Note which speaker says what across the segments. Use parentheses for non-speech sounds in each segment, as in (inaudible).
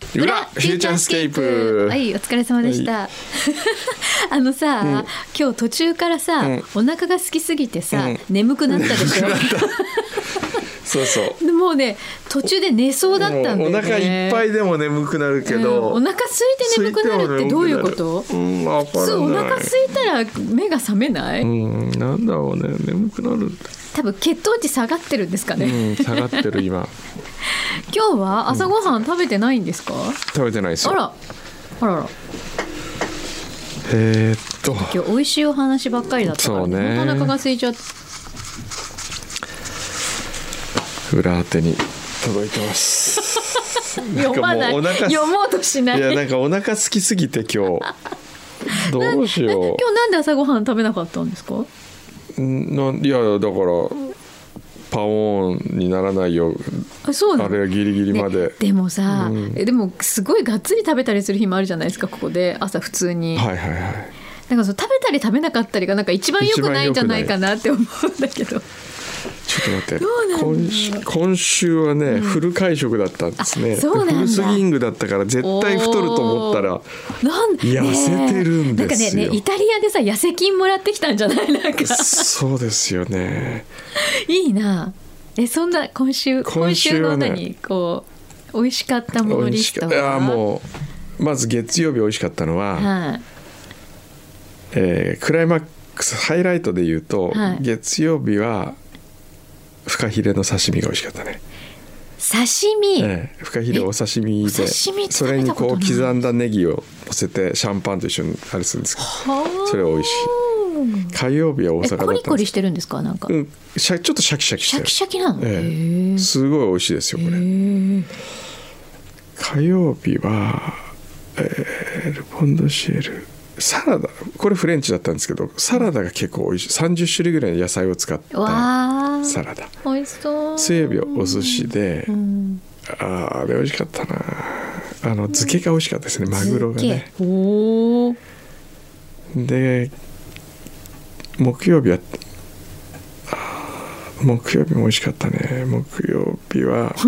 Speaker 1: フューチャースケープ
Speaker 2: はいお疲れ様でした、 (laughs) あのさ、今日途中からさ、お腹が空きすぎてさ、
Speaker 1: うん
Speaker 2: 眠くなったでし
Speaker 1: そうそう
Speaker 2: ょもうね途中で寝そうだったんだよね
Speaker 1: もうお腹いっぱいでも眠くなるけど、
Speaker 2: うんお腹空いて眠くなるってどういうこ
Speaker 1: 空い
Speaker 2: と
Speaker 1: ても眠くなるうん、わか
Speaker 2: 普
Speaker 1: ら
Speaker 2: 通お
Speaker 1: ない
Speaker 2: 腹空いたら目が覚めない、
Speaker 1: うん、なんだろうね眠くなるんだ
Speaker 2: 多分血糖値下がってるんですかね、
Speaker 1: うん、下がってる今
Speaker 2: 今日は朝ごはん食べてないんですか、
Speaker 1: 食べてないですよ
Speaker 2: あらあらあら
Speaker 1: えー、っと
Speaker 2: 今日美味しいお話ばっかりだったから、
Speaker 1: そうね
Speaker 2: お腹が空いちゃって
Speaker 1: 裏当てに届いてますなん
Speaker 2: (laughs)
Speaker 1: か
Speaker 2: 読
Speaker 1: も
Speaker 2: まないう
Speaker 1: お腹す
Speaker 2: 読もうとしない
Speaker 1: いやなんかお腹空きすぎて今日どうし
Speaker 2: え
Speaker 1: よ
Speaker 2: 今日なんで朝ごはん食べなかったんですか
Speaker 1: うなんいやだからパオーンにならないよ
Speaker 2: あそうな
Speaker 1: あ
Speaker 2: の
Speaker 1: れはギリギリまで、
Speaker 2: ねでもさ、えでもすごいがっつり食べたりする日もあるじゃないですかここで朝普通に、
Speaker 1: はいはいはい
Speaker 2: なんかその食べたり食べなかったりがなんか一番良くないんじゃないかなって思うんだけど
Speaker 1: ちょっと待って
Speaker 2: うなんだ
Speaker 1: 今週今週はね、フル会食だったんですね
Speaker 2: あそうなんだ
Speaker 1: フルスギングだったから絶対太ると思ったら
Speaker 2: なん
Speaker 1: 痩せてるんですよ
Speaker 2: ねえなんかねねイタリアでさ痩せ菌もらってきたんじゃな
Speaker 1: (laughs)
Speaker 2: いなんか
Speaker 1: そうですよね
Speaker 2: いいなえそんな今
Speaker 1: 今
Speaker 2: 週今
Speaker 1: 週
Speaker 2: 週
Speaker 1: は
Speaker 2: の
Speaker 1: ね
Speaker 2: 何こう美味しかったもの
Speaker 1: 美
Speaker 2: リ
Speaker 1: 味しか
Speaker 2: スト
Speaker 1: ったいや
Speaker 2: は
Speaker 1: もうまず月曜日美味しかったのは、
Speaker 2: はい
Speaker 1: えークライマックスハイライトで言うと、
Speaker 2: はい
Speaker 1: 月曜日はフカヒレの刺身が美味しかったね、
Speaker 2: 刺身、
Speaker 1: ええフカヒレお刺身で
Speaker 2: えお刺身って食べたことない
Speaker 1: それにこう刻んだネギを乗せてシャンパンと一緒にあれするんですけど
Speaker 2: はあ
Speaker 1: それ美味しい火曜日は大
Speaker 2: え
Speaker 1: 阪だった
Speaker 2: コ
Speaker 1: ん
Speaker 2: リ
Speaker 1: です
Speaker 2: コリしてるんですかなんか、
Speaker 1: うん、シャちょっとシャキシャキし
Speaker 2: シ
Speaker 1: て
Speaker 2: ャ
Speaker 1: る
Speaker 2: キシャキなの、
Speaker 1: ええ
Speaker 2: へえ
Speaker 1: すごい美味しいですよこれ火曜日は、えールポンドシエルサラダこれフレンチだったんですけどサラダが結構美味しい30種類ぐらいの野菜を使った
Speaker 2: わあ
Speaker 1: サラダ
Speaker 2: 美味しそう
Speaker 1: 水曜日はお寿司で、
Speaker 2: ん
Speaker 1: あーあれ美味しかったなあの漬けが美味しかったですねマグロがね
Speaker 2: 漬けおー
Speaker 1: で木曜日はあー木曜日も美味しかったね木曜日は
Speaker 2: (laughs)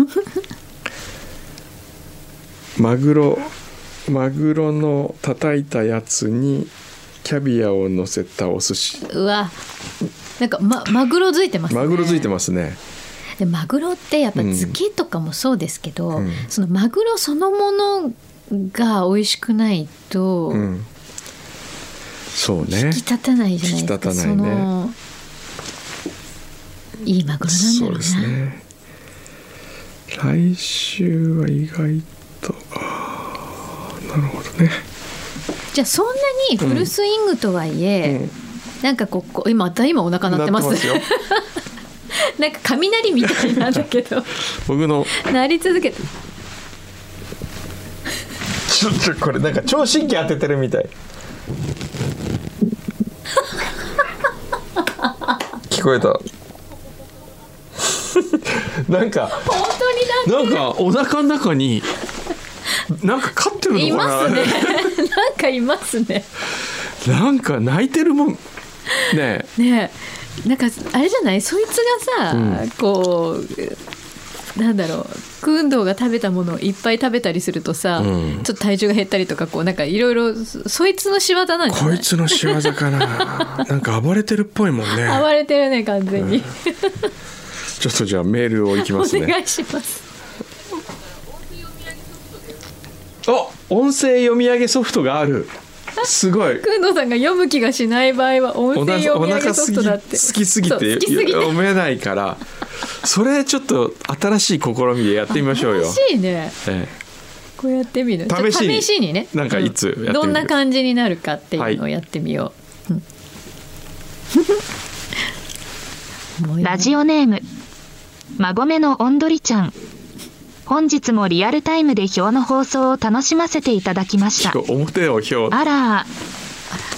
Speaker 1: マグロマグロの叩いたやつにキャビアを乗せたお寿司
Speaker 2: うわなんか、ま、マグロづいてますね
Speaker 1: マグロついて
Speaker 2: ま
Speaker 1: ますね
Speaker 2: すでマグロってやっぱ
Speaker 1: うん
Speaker 2: 漬けとかもそうですけど、
Speaker 1: うん
Speaker 2: そのマグロそのものが美味しくないと
Speaker 1: うんそう
Speaker 2: 引
Speaker 1: ね
Speaker 2: き立たないじゃないですか、
Speaker 1: 引き立たないね
Speaker 2: そのいいマグロなんだ
Speaker 1: そ
Speaker 2: ろう
Speaker 1: う
Speaker 2: な
Speaker 1: ですね来週は意外とああなるほどね
Speaker 2: じゃあそんなにフルスイングとはいえ、
Speaker 1: うん
Speaker 2: なんかこうこう今また今お腹鳴ってます
Speaker 1: なってますよ
Speaker 2: なんか雷みたいなんだけど
Speaker 1: 僕の
Speaker 2: 鳴り続けて
Speaker 1: ちょちょこれなんか聴診器当ててるみたい聞こえた (laughs) なんか
Speaker 2: 本当になんか
Speaker 1: なんかお腹の中になんか飼ってる
Speaker 2: い
Speaker 1: の
Speaker 2: ま
Speaker 1: か
Speaker 2: す
Speaker 1: な、
Speaker 2: ねなんかいますね
Speaker 1: なんか泣いてるもんねえ
Speaker 2: ねえなんかあれじゃないそいつがさ、
Speaker 1: うん
Speaker 2: こうなんだろう運動が食べたものをいっぱい食べたりするとさ、
Speaker 1: うん
Speaker 2: ちょっと体重が減ったりとかこうなんかいろいろそそいつの仕業なんじゃ
Speaker 1: こ
Speaker 2: ないい
Speaker 1: つの仕業かななんか暴れてるっぽいもんね
Speaker 2: 暴れてるね完全に、
Speaker 1: ちょっとじゃあメールをいきま
Speaker 2: お
Speaker 1: すね
Speaker 2: 願いします
Speaker 1: あ音声読み上げソフトがあるすごい
Speaker 2: くんどうさんが読む気がしない場合は音
Speaker 1: お
Speaker 2: 声
Speaker 1: 腹
Speaker 2: 読み上げ
Speaker 1: お腹
Speaker 2: ソ
Speaker 1: す
Speaker 2: フ
Speaker 1: ぎ
Speaker 2: トだ
Speaker 1: 好
Speaker 2: って
Speaker 1: きすぎ
Speaker 2: そう
Speaker 1: て
Speaker 2: 好きすぎて
Speaker 1: 読めないからそれちょっと新しい試みでやってみましょうよ
Speaker 2: 楽、しいね
Speaker 1: え
Speaker 2: こうやってみるちょっと
Speaker 1: 試しに
Speaker 2: 試しにね
Speaker 1: なんかいつやってみる
Speaker 2: どんな感じになるかっていうのをやってみよう、うんもう
Speaker 3: ラジオネーム。孫めのおんどりちゃん。本日もリアルタイムで表の放送を楽しませていただきまし
Speaker 1: え
Speaker 3: た。
Speaker 1: 表を表
Speaker 3: あら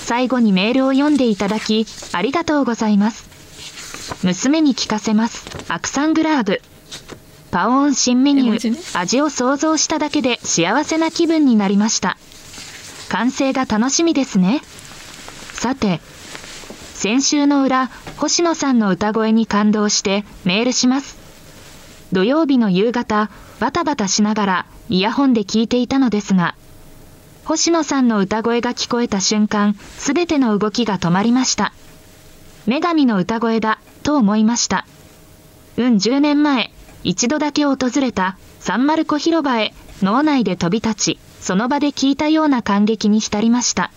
Speaker 3: 最後にメールを読んでいただき、ありがとうございます。娘に聞かせます。アクサングラーブ。パオーン新メニ
Speaker 2: 絵
Speaker 3: ュ
Speaker 2: 文字
Speaker 3: ー、
Speaker 2: ね
Speaker 3: 味を想像しただけで幸せな気分になりました。完成が楽しみですね。さて、先週の裏、星野さんの歌声に感動してメールします。土曜日の夕方、バタバタしながらイヤホンで聞いていたのですが、星野さんの歌声が聞こえた瞬間、すべての動きが止まりました。女神の歌声だ、と思いました。うん、10年前、一度だけ訪れたサンマルコ広場へ脳内で飛び立ち、その場で聞いたような感激に浸りました。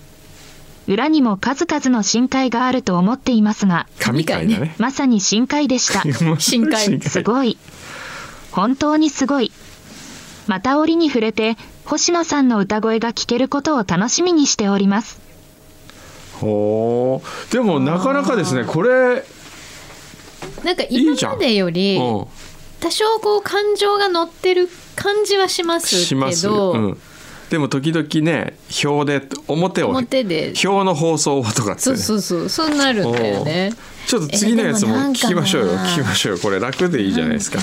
Speaker 3: 裏にも数々の深海があると思っていますが、
Speaker 1: 神回だね。
Speaker 3: まさに深海でした。
Speaker 1: (laughs)
Speaker 2: 深海。
Speaker 3: すごい。本当にすごい。また折に触れて、星野さんの歌声が聞けることを楽しみにしております。
Speaker 1: ほーでもなかなかですね、これ。
Speaker 2: なんか今までより。いい多少こう感情が乗ってる感じはしますけど、うん、
Speaker 1: でも時々ね表で表を
Speaker 2: 表で
Speaker 1: 表の放送とかって、ね、
Speaker 2: そうそうそうそうなるんだよね
Speaker 1: ちょっと次のやつも聞きましょうよ、聞きましょうよこれ楽でいいじゃないですか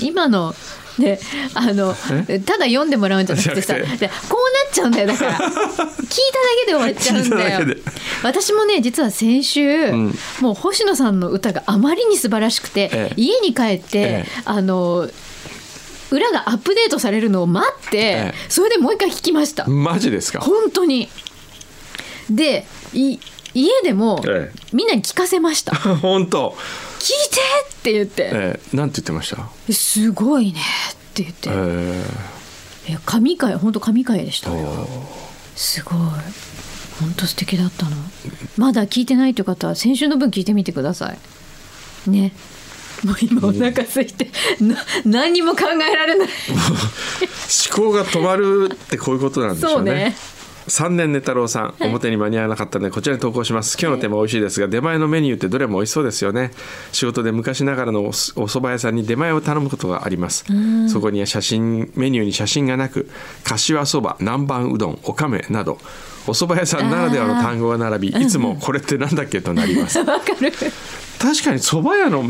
Speaker 2: 今のね、あのただ読んでもらうんじゃなくてさでこうなっちゃうんだよだ (laughs) から聞いただけで終わっちゃうんだよ私もね実は先週、うん、もう星野さんの歌があまりに素晴らしくて、ええ、家に帰って、え、あの裏がアップデートされるのを待って、それでもう一回弾きました
Speaker 1: マジですか
Speaker 2: 本当にでい家でも、みんなに聞かせました (laughs)
Speaker 1: 本当
Speaker 2: 聞いてって言って、
Speaker 1: えー、なんて言ってました
Speaker 2: すごいねって言って、えー、え神回本当神回でしたすごい本当素敵だったのまだ聞いてないという方は先週の分聞いてみてくださいねもう今お腹空いて、うん、何にも考えら (laughs) れない
Speaker 1: 思考が止まるってこういうことなんでしょうね,そうね三年寝太郎さん表に間に合わなかったのでこちらに投稿します今日のテーマ美味しいですが出前のメニューってどれも美味しそうですよね仕事で昔ながらのお蕎麦屋さんに出前を頼むことがありますそこには写真メニューに写真がなく柏そば南蛮うどんおかめなどお蕎麦屋さんならではの単語が並びいつもこれってなんだっけとなります (laughs)
Speaker 2: 確
Speaker 1: かに蕎麦屋の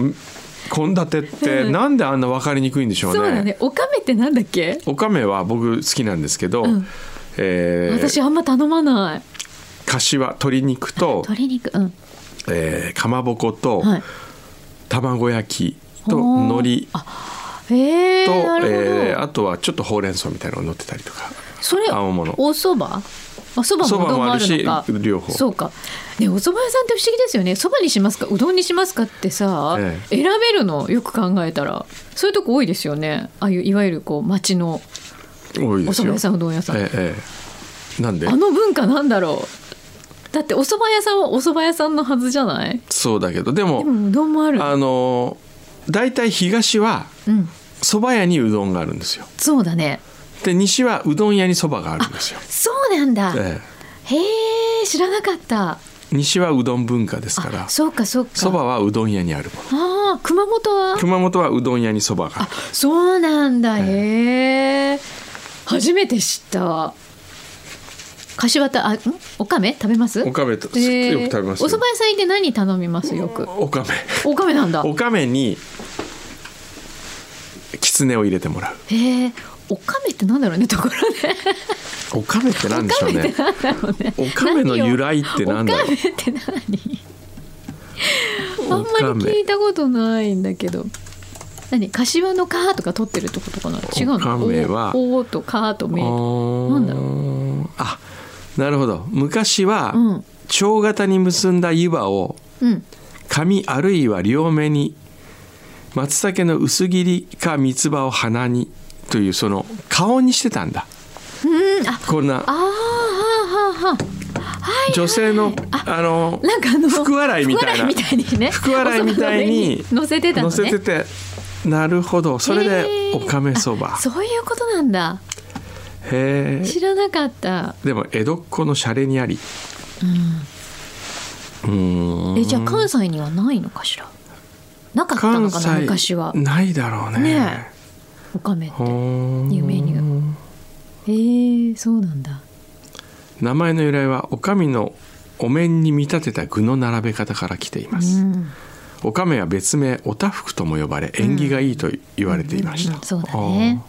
Speaker 1: 献立ってなんであんな分かりにくいんでしょうね、
Speaker 2: そうだねおかめってなんだっけ
Speaker 1: おかめは僕好きなんですけど、うん
Speaker 2: えー、私あんま頼まない
Speaker 1: 柏鶏肉と
Speaker 2: 鶏肉、うん
Speaker 1: えー、かまぼこと、はい、卵焼きと海苔
Speaker 2: えー、と、
Speaker 1: えー、あとはちょっとほうれん草みたいなのが乗ってたりとか
Speaker 2: それ
Speaker 1: 青物
Speaker 2: おそばおそばもあるし
Speaker 1: 両方
Speaker 2: そうかねお蕎麦屋さんって不思議ですよねそばにしますかうどんにしますかってさ、ええ、選べるのよく考えたらそういうとこ多いですよねああいういわゆるこう町の
Speaker 1: 多いです
Speaker 2: よお蕎麦屋さんうどん屋さん、
Speaker 1: えええ、なんで
Speaker 2: あの文化なんだろうだってお蕎麦屋さんはお蕎麦屋さんのはずじゃない
Speaker 1: そうだけどでも
Speaker 2: うどんもある
Speaker 1: あの大体東は蕎麦屋にうどんがあるんですよ、うん、
Speaker 2: そうだね
Speaker 1: で西はうどん屋に蕎麦があるんですよ
Speaker 2: そうなんだ、へえ知らなかった
Speaker 1: 西はうどん文化ですから
Speaker 2: そうかそうか
Speaker 1: そばはうどん屋にあるも
Speaker 2: のあ熊本は
Speaker 1: 熊本はうどん屋にそばがある
Speaker 2: そうなんだへえ初めて知った柏田あおかめ食べます
Speaker 1: おかめと、えー、よく食べます
Speaker 2: お蕎麦屋さんで何頼みますよく
Speaker 1: おかめ
Speaker 2: おかめなんだ
Speaker 1: おかめにきつねを入れてもらう
Speaker 2: へえー、おかめってなんだろうねところで
Speaker 1: おかめってなんでしょうねおかめの由来ってなんだろうおか
Speaker 2: めって何あんまり聞いたことないんだけど何柏の「か」とか取ってるってことかな違うの
Speaker 1: おは
Speaker 2: おと「か」と「め」なんだろう
Speaker 1: あなるほど昔は蝶、うん、型に結んだ湯葉を、うん、紙あるいは両目に松茸の薄切りか三つ葉を鼻にというその顔にしてたんだ
Speaker 2: うんあ
Speaker 1: こんな
Speaker 2: あははは
Speaker 1: 女性のあの
Speaker 2: なんかあの
Speaker 1: 福笑いみたいな
Speaker 2: 福
Speaker 1: 笑いみたいに
Speaker 2: 乗せてたの
Speaker 1: ね乗せててなるほどそれでおかめそば
Speaker 2: そういうことなんだ
Speaker 1: へえ
Speaker 2: 知らなかった
Speaker 1: でも江戸っ子のシャレにありうん
Speaker 2: うんえじゃあ関西にはないのかしらなかったのかな昔は
Speaker 1: ないだろうねね
Speaker 2: おかめっていうメニューへえそうなんだ
Speaker 1: 名前の由来はおかみのお面に見立てた具の並べ方から来ています、うんおかは別名おたふくとも呼ばれ縁起がいいと言われていました、
Speaker 2: そうだね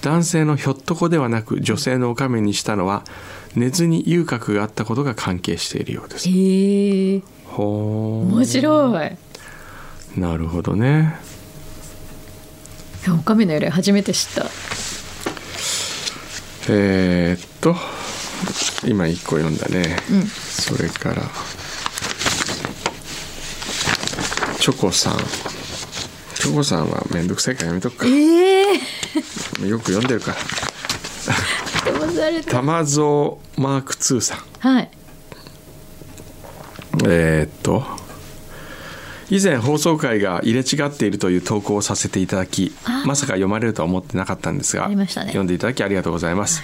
Speaker 1: 男性のひょっとこではなく女性のおかめにしたのは根津に遊郭があったことが関係しているようですへ
Speaker 2: え
Speaker 1: ほ
Speaker 2: 面白い
Speaker 1: なるほどね
Speaker 2: やおかみの由来初めて知った
Speaker 1: えーっと今一個読んだね、
Speaker 2: うん
Speaker 1: それからチョコさんチョコさんはめんどくさいからやめとくか
Speaker 2: ええ
Speaker 1: よく読んでるから
Speaker 2: ー、騙された
Speaker 1: 玉蔵マーク2さん
Speaker 2: はい
Speaker 1: えーっと以前放送回が入れ違っているという投稿をさせていただき
Speaker 2: あー
Speaker 1: まさか読まれるとは思ってなかったんですが
Speaker 2: ありましたね
Speaker 1: 読んでいただきありがとうございます。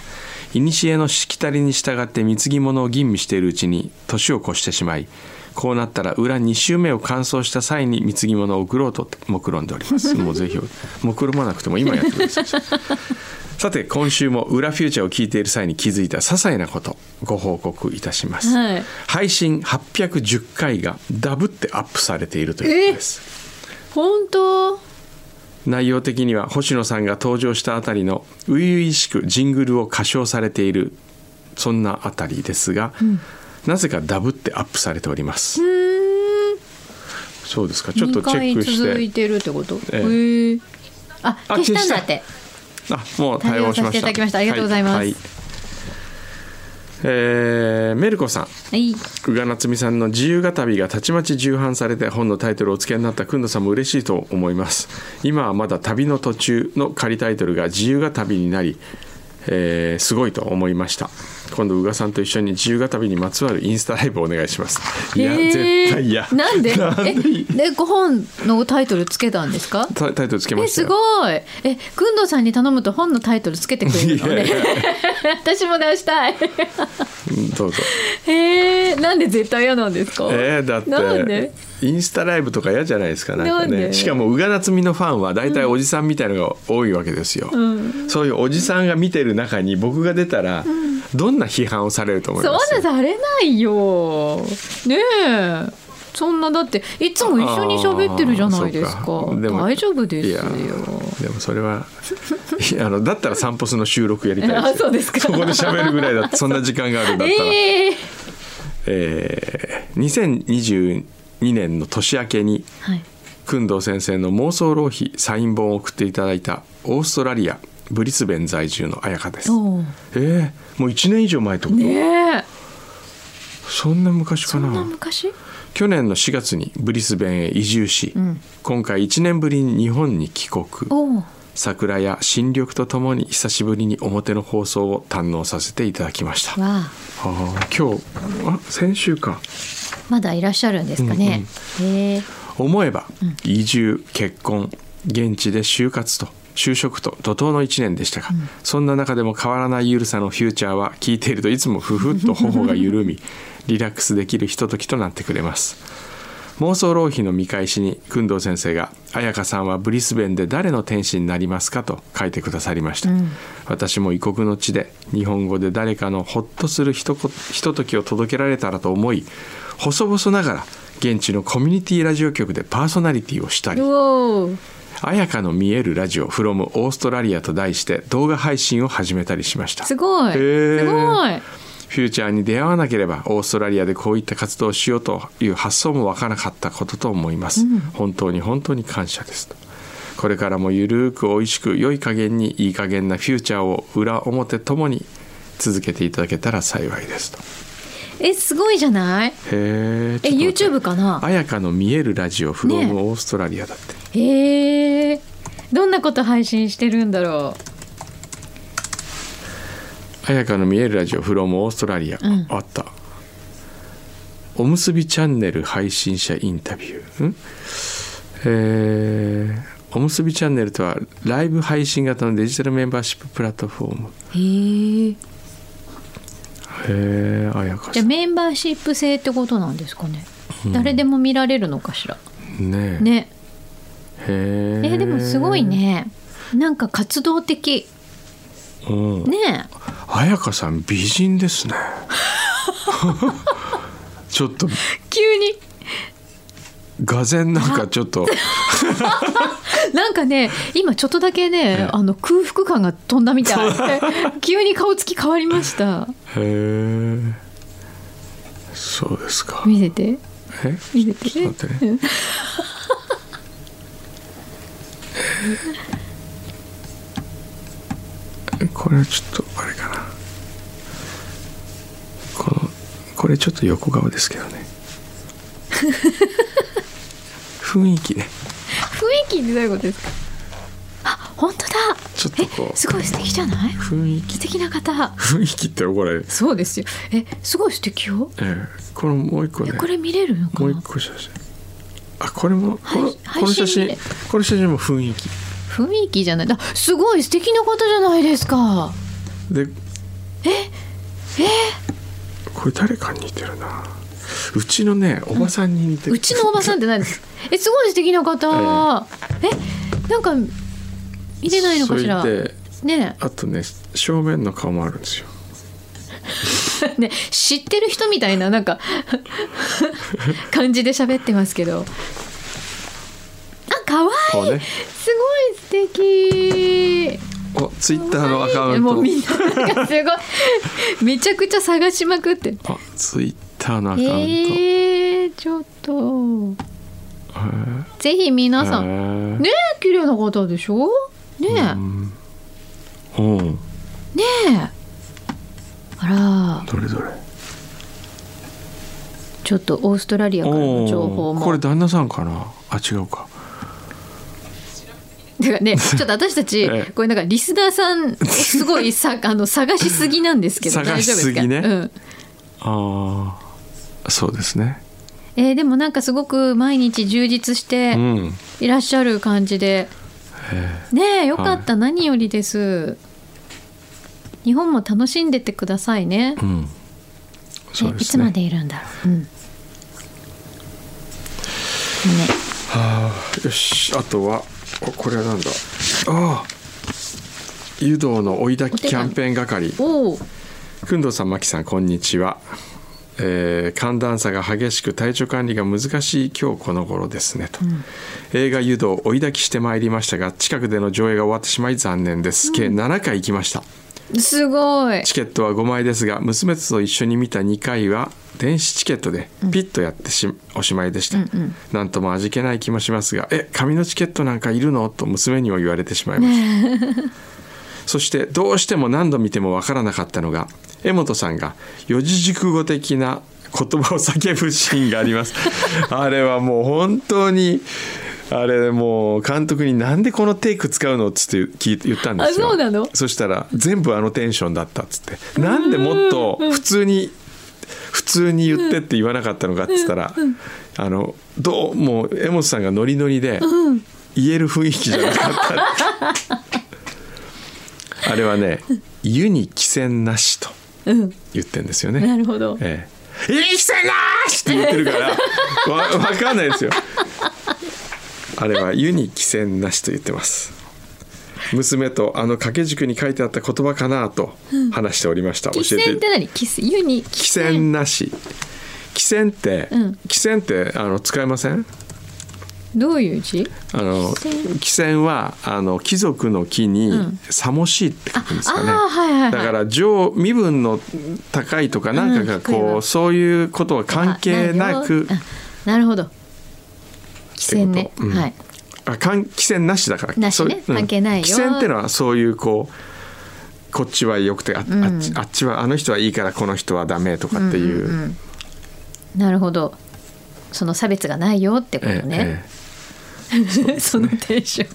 Speaker 1: いにしえのしきたりに従って貢ぎ物を吟味しているうちに年を越してしまいこうなったら裏2週目を完走した際に貢ぎ物を送ろうと目論んでおります。もうぜひ目論まなくても今やってください。 (laughs) さて今週も「裏フューチャー」を聞いている際に気づいた些細なことご報告いたします、
Speaker 2: はい
Speaker 1: 配信810回がダブってアップされているということです
Speaker 2: 本当
Speaker 1: 内容的には星野さんが登場したあたりの初々しくジングルを歌唱されているそんなあたりですが、なぜかダブってアップされておりますそうですかちょっと
Speaker 2: 二
Speaker 1: チェッ
Speaker 2: 回
Speaker 1: クし
Speaker 2: 続い
Speaker 1: て
Speaker 2: てるってこと
Speaker 1: え
Speaker 2: え
Speaker 1: え
Speaker 2: えあ
Speaker 1: あ
Speaker 2: 消したんだって
Speaker 1: あもう対応しました
Speaker 2: 対応させていただきましたありがとうございます
Speaker 1: ははえーメルコさん
Speaker 2: はい
Speaker 1: 宇賀なつみさんの自由が旅がたちまち重版されて本のタイトルをお付けになったくんどさんも嬉しいと思います今はまだ旅の途中の仮タイトルが自由が旅になり、えーすごいと思いました今度宇賀さんと一緒に自由が旅にまつわるインスタライブをお願いしますいや、
Speaker 2: ええ
Speaker 1: 絶対嫌
Speaker 2: なんでえでご本のタイトルつけたんですか
Speaker 1: タタイトルつけま
Speaker 2: え
Speaker 1: した
Speaker 2: す
Speaker 1: よ
Speaker 2: ごいえくんどうさんに頼むと本のタイトルつけてくれるのね
Speaker 1: いやい
Speaker 2: (laughs) 私も出したい (laughs)
Speaker 1: うんどうぞ
Speaker 2: えー、なんで絶対嫌なんですか
Speaker 1: えー、だ
Speaker 2: なん
Speaker 1: って
Speaker 2: で
Speaker 1: インスタライブとか嫌じゃないですかなんか
Speaker 2: なん
Speaker 1: ね
Speaker 2: で
Speaker 1: しかも宇賀なつみのファンは大体おじさんみたいのが多いわけですよ、そういうおじさんが見てる中に僕が出たら、どんな批判をされると思い
Speaker 2: そん
Speaker 1: ます
Speaker 2: なされないよねえそんなだっていつも一緒に喋ってるじゃないです
Speaker 1: あ
Speaker 2: か
Speaker 1: ーそうかでも
Speaker 2: 大丈夫です
Speaker 1: い
Speaker 2: よ
Speaker 1: やでもそれはいやあのだったら「散歩すの収録やりたい
Speaker 2: あそうですか
Speaker 1: そこで喋るぐらいだってそんな時間があるんだったら、
Speaker 2: ええ
Speaker 1: えー2022年の年明けに
Speaker 2: はい
Speaker 1: 工藤先生の妄想浪費サイン本を送っていただいたオーストラリアブリスベン在住の彩香です
Speaker 2: どう
Speaker 1: えー、もう1年以上前ってこと、
Speaker 2: ねえ
Speaker 1: そんな昔か
Speaker 2: そ
Speaker 1: なん
Speaker 2: な昔
Speaker 1: 去年の4月にブリスベンへ移住し、今回1年ぶりに日本に帰国
Speaker 2: おう
Speaker 1: 桜や新緑とともに久しぶりに表の放送を堪能させていただきましたあ
Speaker 2: わ
Speaker 1: ー
Speaker 2: あ
Speaker 1: 今日あ先週か
Speaker 2: まだいらっしゃるんですかね、へえ
Speaker 1: 思えば移住結婚現地で就活と就職と怒涛の1年でしたが、そんな中でも変わらないゆるさのフューチャーは聞いているといつもふふっと頬が緩みリラックスできるひとときとなってくれます妄想浪費の見返しに工藤先生が「彩香さんはブリスベンで誰の天使になりますか?」と書いてくださりました、私も異国の地で日本語で誰かのほっとするひとこひとときを届けられたらと思い細々ながら現地のコミュニティラジオ局でパーソナリティをしたり
Speaker 2: おう
Speaker 1: 彩香の見えるラジオ from オーストラリアと題して動画配信を始めたりしました
Speaker 2: すご
Speaker 1: へ
Speaker 2: い
Speaker 1: え
Speaker 2: すごい
Speaker 1: フューチャーに出会わなければオーストラリアでこういった活動をしようという発想もわからなかったことと思います、本当に本当に感謝ですとこれからもゆるーく美味しく良い加減にいい加減なフューチャーを裏表ともに続けていただけたら幸いですと
Speaker 2: えすごいじゃない
Speaker 1: へえ
Speaker 2: え YouTube かな
Speaker 1: 彩香の見えるラジオ from、
Speaker 2: ねえ
Speaker 1: オーストラリアだって
Speaker 2: へえどんなこと配信してるんだろ
Speaker 1: 彩香の見えるラジオ from オーストラリア、
Speaker 2: ん
Speaker 1: あったおむすびチャンネル配信者インタビューんえーおむすびチャンネルとはライブ配信型のデジタルメンバーシッププラットフォーム
Speaker 2: うへ
Speaker 1: へ
Speaker 2: え
Speaker 1: え彩香
Speaker 2: じゃ
Speaker 1: さ
Speaker 2: あメンバーシップ制ってことなんですかね、誰でも見られるのかしら
Speaker 1: んねえ
Speaker 2: ね
Speaker 1: へ
Speaker 2: えーでもすごいねなんか活動的
Speaker 1: うん
Speaker 2: ね
Speaker 1: 彩香さん美人です
Speaker 2: (laughs)
Speaker 1: ねちょっと
Speaker 2: え急に
Speaker 1: がぜんなんかちょっと
Speaker 2: なんかね今ちょっとだけね、
Speaker 1: ええ
Speaker 2: あの空腹感が飛んだみたい (laughs) 急に顔つき変わりました
Speaker 1: へえそうですか
Speaker 2: 見せて
Speaker 1: え
Speaker 2: 見せて
Speaker 1: ちょっと待ってね。 (laughs) これはちょっとあれかなこのこれちょっと横顔ですけどね雰囲気ね
Speaker 2: 雰囲気ってどういうことですかあ本当だ
Speaker 1: ちょっとこう
Speaker 2: えすごい素敵じゃない
Speaker 1: 雰囲気
Speaker 2: 素敵な方
Speaker 1: 雰囲気ってこれ、
Speaker 2: そうですよえすごい素敵よ
Speaker 1: ええこのもう一個ね
Speaker 2: えこれ見れるのか
Speaker 1: もう
Speaker 2: な
Speaker 1: 一個写真あこれもこの,、
Speaker 2: はい
Speaker 1: この写
Speaker 2: 配信見
Speaker 1: 真
Speaker 2: れ
Speaker 1: この写真も雰囲気
Speaker 2: 雰囲気じゃないあすごい素敵な方じゃないですか
Speaker 1: でええこれ誰かに似てるなうちのねおばさんに似てる、
Speaker 2: うちのおばさんって何ですえすごい素敵な方、えなんか見れないのかしら
Speaker 1: それで
Speaker 2: ね
Speaker 1: あとね正面の顔もあるんですよ
Speaker 2: えね知ってる人みたいななん
Speaker 1: (laughs)
Speaker 2: か感じで喋ってますけどあ可
Speaker 1: 顔
Speaker 2: 愛い、
Speaker 1: ね
Speaker 2: すごい素敵
Speaker 1: おツイッターのアカウン
Speaker 2: もうみん
Speaker 1: ト
Speaker 2: ななんかすごいめちゃくちゃ探しまくって
Speaker 1: あツイッターのアカウント、
Speaker 2: えー、ちょっと
Speaker 1: へ
Speaker 2: ぜひ皆さ
Speaker 1: ん
Speaker 2: ん、ねえ綺麗な方でしょねえ、
Speaker 1: うんうん
Speaker 2: ねえあら
Speaker 1: どれどれ
Speaker 2: ちょっとオーストラリアからの情報
Speaker 1: お
Speaker 2: も
Speaker 1: ーこれ旦那さんかなあ違うか (laughs)
Speaker 2: だからねちょっと私たち、
Speaker 1: ええ
Speaker 2: これなんかリスナーさんすごいさあの探しすぎなんですけど
Speaker 1: 探しすぎね
Speaker 2: 大丈夫ですか
Speaker 1: ああそうですね
Speaker 2: うんえーでもなんかすごく毎日充実して
Speaker 1: うん
Speaker 2: いらっしゃる感じで、
Speaker 1: え
Speaker 2: ねえよかった、何よりです日本も楽しんでってくださいね
Speaker 1: ーうんそ
Speaker 2: え
Speaker 1: うで
Speaker 2: いつ
Speaker 1: す
Speaker 2: ま
Speaker 1: ね
Speaker 2: でいるんだろう、うん、ね
Speaker 1: よしあとはおこれはなんだああ湯道の追い焚きキャンペーン係
Speaker 2: おお
Speaker 1: くんどうさん、まきさん、こんにちは。えー寒暖差が激しく体調管理が難しい今日この頃ですねと、映画「湯道」追い抱きしてまいりましたが近くでの上映が終わってしまい残念です、計7回行きました
Speaker 2: すごい
Speaker 1: チケットは5枚ですが娘と一緒に見た2回は電子チケットでピッとやってし、おしまいでした、なんとも味気ない気もしますが「え紙のチケットなんかいるの?」と娘にも言われてしまいましたそしてどうしても何度見てもわからなかったのが江本さんが四字熟語的な言葉を叫ぶシーンがあり
Speaker 2: (laughs)
Speaker 1: ますあれはもう本当にあれもう監督になんでこのテイク使うのっつって聞い言ったんですよ
Speaker 2: あそうなの
Speaker 1: そしたら全部あのテンションだったっつってなんでもっと普通に普通に言ってって言わなかったのかっつったらあのどうも江本さんがノリノリで言える雰囲気じゃなかったあれはね「湯に寄せなし」と
Speaker 2: うん
Speaker 1: 言ってんですよね。
Speaker 2: なるほど
Speaker 1: ええ、生きてなしって言ってるから、わ、わかんないですよ。あれは湯に寄せなしと言ってます。娘とあの掛け軸に書いてあった言葉かなと話しておりました。
Speaker 2: キ
Speaker 1: 教
Speaker 2: セ
Speaker 1: え。
Speaker 2: ンってて何キスユニキ
Speaker 1: 寄せなし。寄せって
Speaker 2: うん、
Speaker 1: 寄せって、あの使えません。
Speaker 2: どういう字
Speaker 1: あの
Speaker 2: 寄せ
Speaker 1: 寄せは、あの貴族の木に
Speaker 2: ん、
Speaker 1: さもしいって書くんですかね。
Speaker 2: ああはいはいはい
Speaker 1: だから上身分の高いとかなんかがこう、
Speaker 2: うん低いわ
Speaker 1: そういうことは関係なく
Speaker 2: あなるほどあなるほどキセンね、
Speaker 1: うん
Speaker 2: はい
Speaker 1: あ関規制なしだから
Speaker 2: なしね
Speaker 1: そうう
Speaker 2: 関係ないよ
Speaker 1: 規制ってのはそういうこうこっちは良くてあ,、
Speaker 2: うん
Speaker 1: あっちあっちはあの人はいいからこの人はダメとかっていう,、
Speaker 2: んんうんなるほどその差別がないよってこと
Speaker 1: ええ
Speaker 2: ね、
Speaker 1: ええ
Speaker 2: そのテンション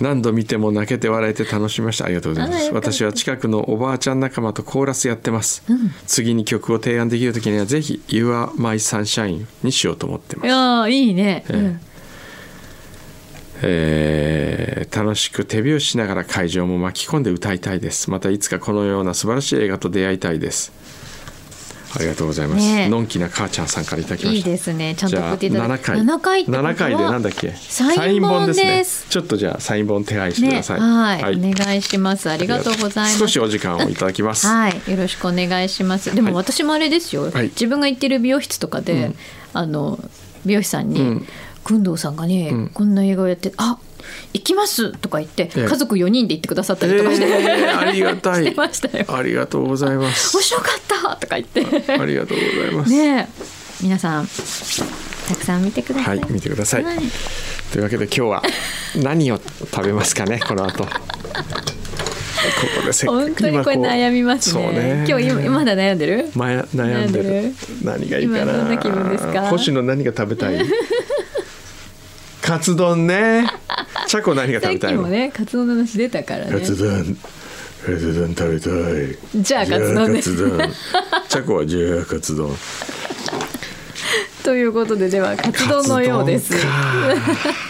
Speaker 1: 何度見ても泣けて笑えて楽しみましたありがとうございま
Speaker 2: あ
Speaker 1: す
Speaker 2: よかった
Speaker 1: 私は近くのおばあちゃん仲間とコーラスやってます、次に曲を提案できる時にはぜひ「You are my sunshine」にしようと思ってます
Speaker 2: いやーいいね、
Speaker 1: ええ
Speaker 2: うん
Speaker 1: えー楽しく手拍子しながら会場も巻き込んで歌いたいですまたいつかこのような素晴らしい映画と出会いたいですありがとうございます、
Speaker 2: ねえ
Speaker 1: のんきな母ちゃんさんからいただきました
Speaker 2: いいですねちゃん
Speaker 1: じ
Speaker 2: と
Speaker 1: ゃ
Speaker 2: 送
Speaker 1: あ
Speaker 2: っていただ
Speaker 1: 7
Speaker 2: いて
Speaker 1: 回
Speaker 2: 7回ってことは
Speaker 1: 7回でなんだっけ
Speaker 2: サイン本です
Speaker 1: ねちょっとじゃあサイン本手配してく
Speaker 2: ね
Speaker 1: ださい、
Speaker 2: はい、お願いしますありがとうございます
Speaker 1: 少しお時間をいただきます、
Speaker 2: はい、よろしくお願いします。で
Speaker 1: はい
Speaker 2: も私もあれですよ。
Speaker 1: はい
Speaker 2: 自分が行ってる美容室とかで、あの美容師さんに、
Speaker 1: うん
Speaker 2: 工藤さんがね、
Speaker 1: うん
Speaker 2: こんな映画をやって、あ、行きますとか言って、
Speaker 1: ええ
Speaker 2: 家族4人で行ってくださった
Speaker 1: え
Speaker 2: りとかして、
Speaker 1: ー、ありがたい
Speaker 2: してましたよ。
Speaker 1: ありがとうございま
Speaker 2: 面
Speaker 1: す
Speaker 2: 白かったとか言って、
Speaker 1: ありがとうございます、
Speaker 2: ねえ、皆さんたくさん見てくだ
Speaker 1: は
Speaker 2: さい。
Speaker 1: い見てください、
Speaker 2: はい
Speaker 1: というわけで今日は何を食べますかねこの後ここでせっかく
Speaker 2: 本当にこれ
Speaker 1: 今う
Speaker 2: 悩みますね
Speaker 1: そうね
Speaker 2: 今日今まだ悩んでる
Speaker 1: まや悩んでる
Speaker 2: 悩
Speaker 1: 何
Speaker 2: んでる
Speaker 1: がいいかな
Speaker 2: 今どんな気分ですか
Speaker 1: 星野何が食べた
Speaker 2: (laughs)
Speaker 1: いカツ丼ねチャコ何が
Speaker 2: さ
Speaker 1: 食
Speaker 2: っ
Speaker 1: べた
Speaker 2: き
Speaker 1: い
Speaker 2: も
Speaker 1: の、
Speaker 2: ねカツ丼の話出たから
Speaker 1: カ
Speaker 2: ね
Speaker 1: ツ丼カツ丼食べたい
Speaker 2: じゃあカツ丼です
Speaker 1: じゃあカツ丼チャコはじゃあカツ丼
Speaker 2: ということでではカツ丼のようです (laughs)
Speaker 1: カツ丼か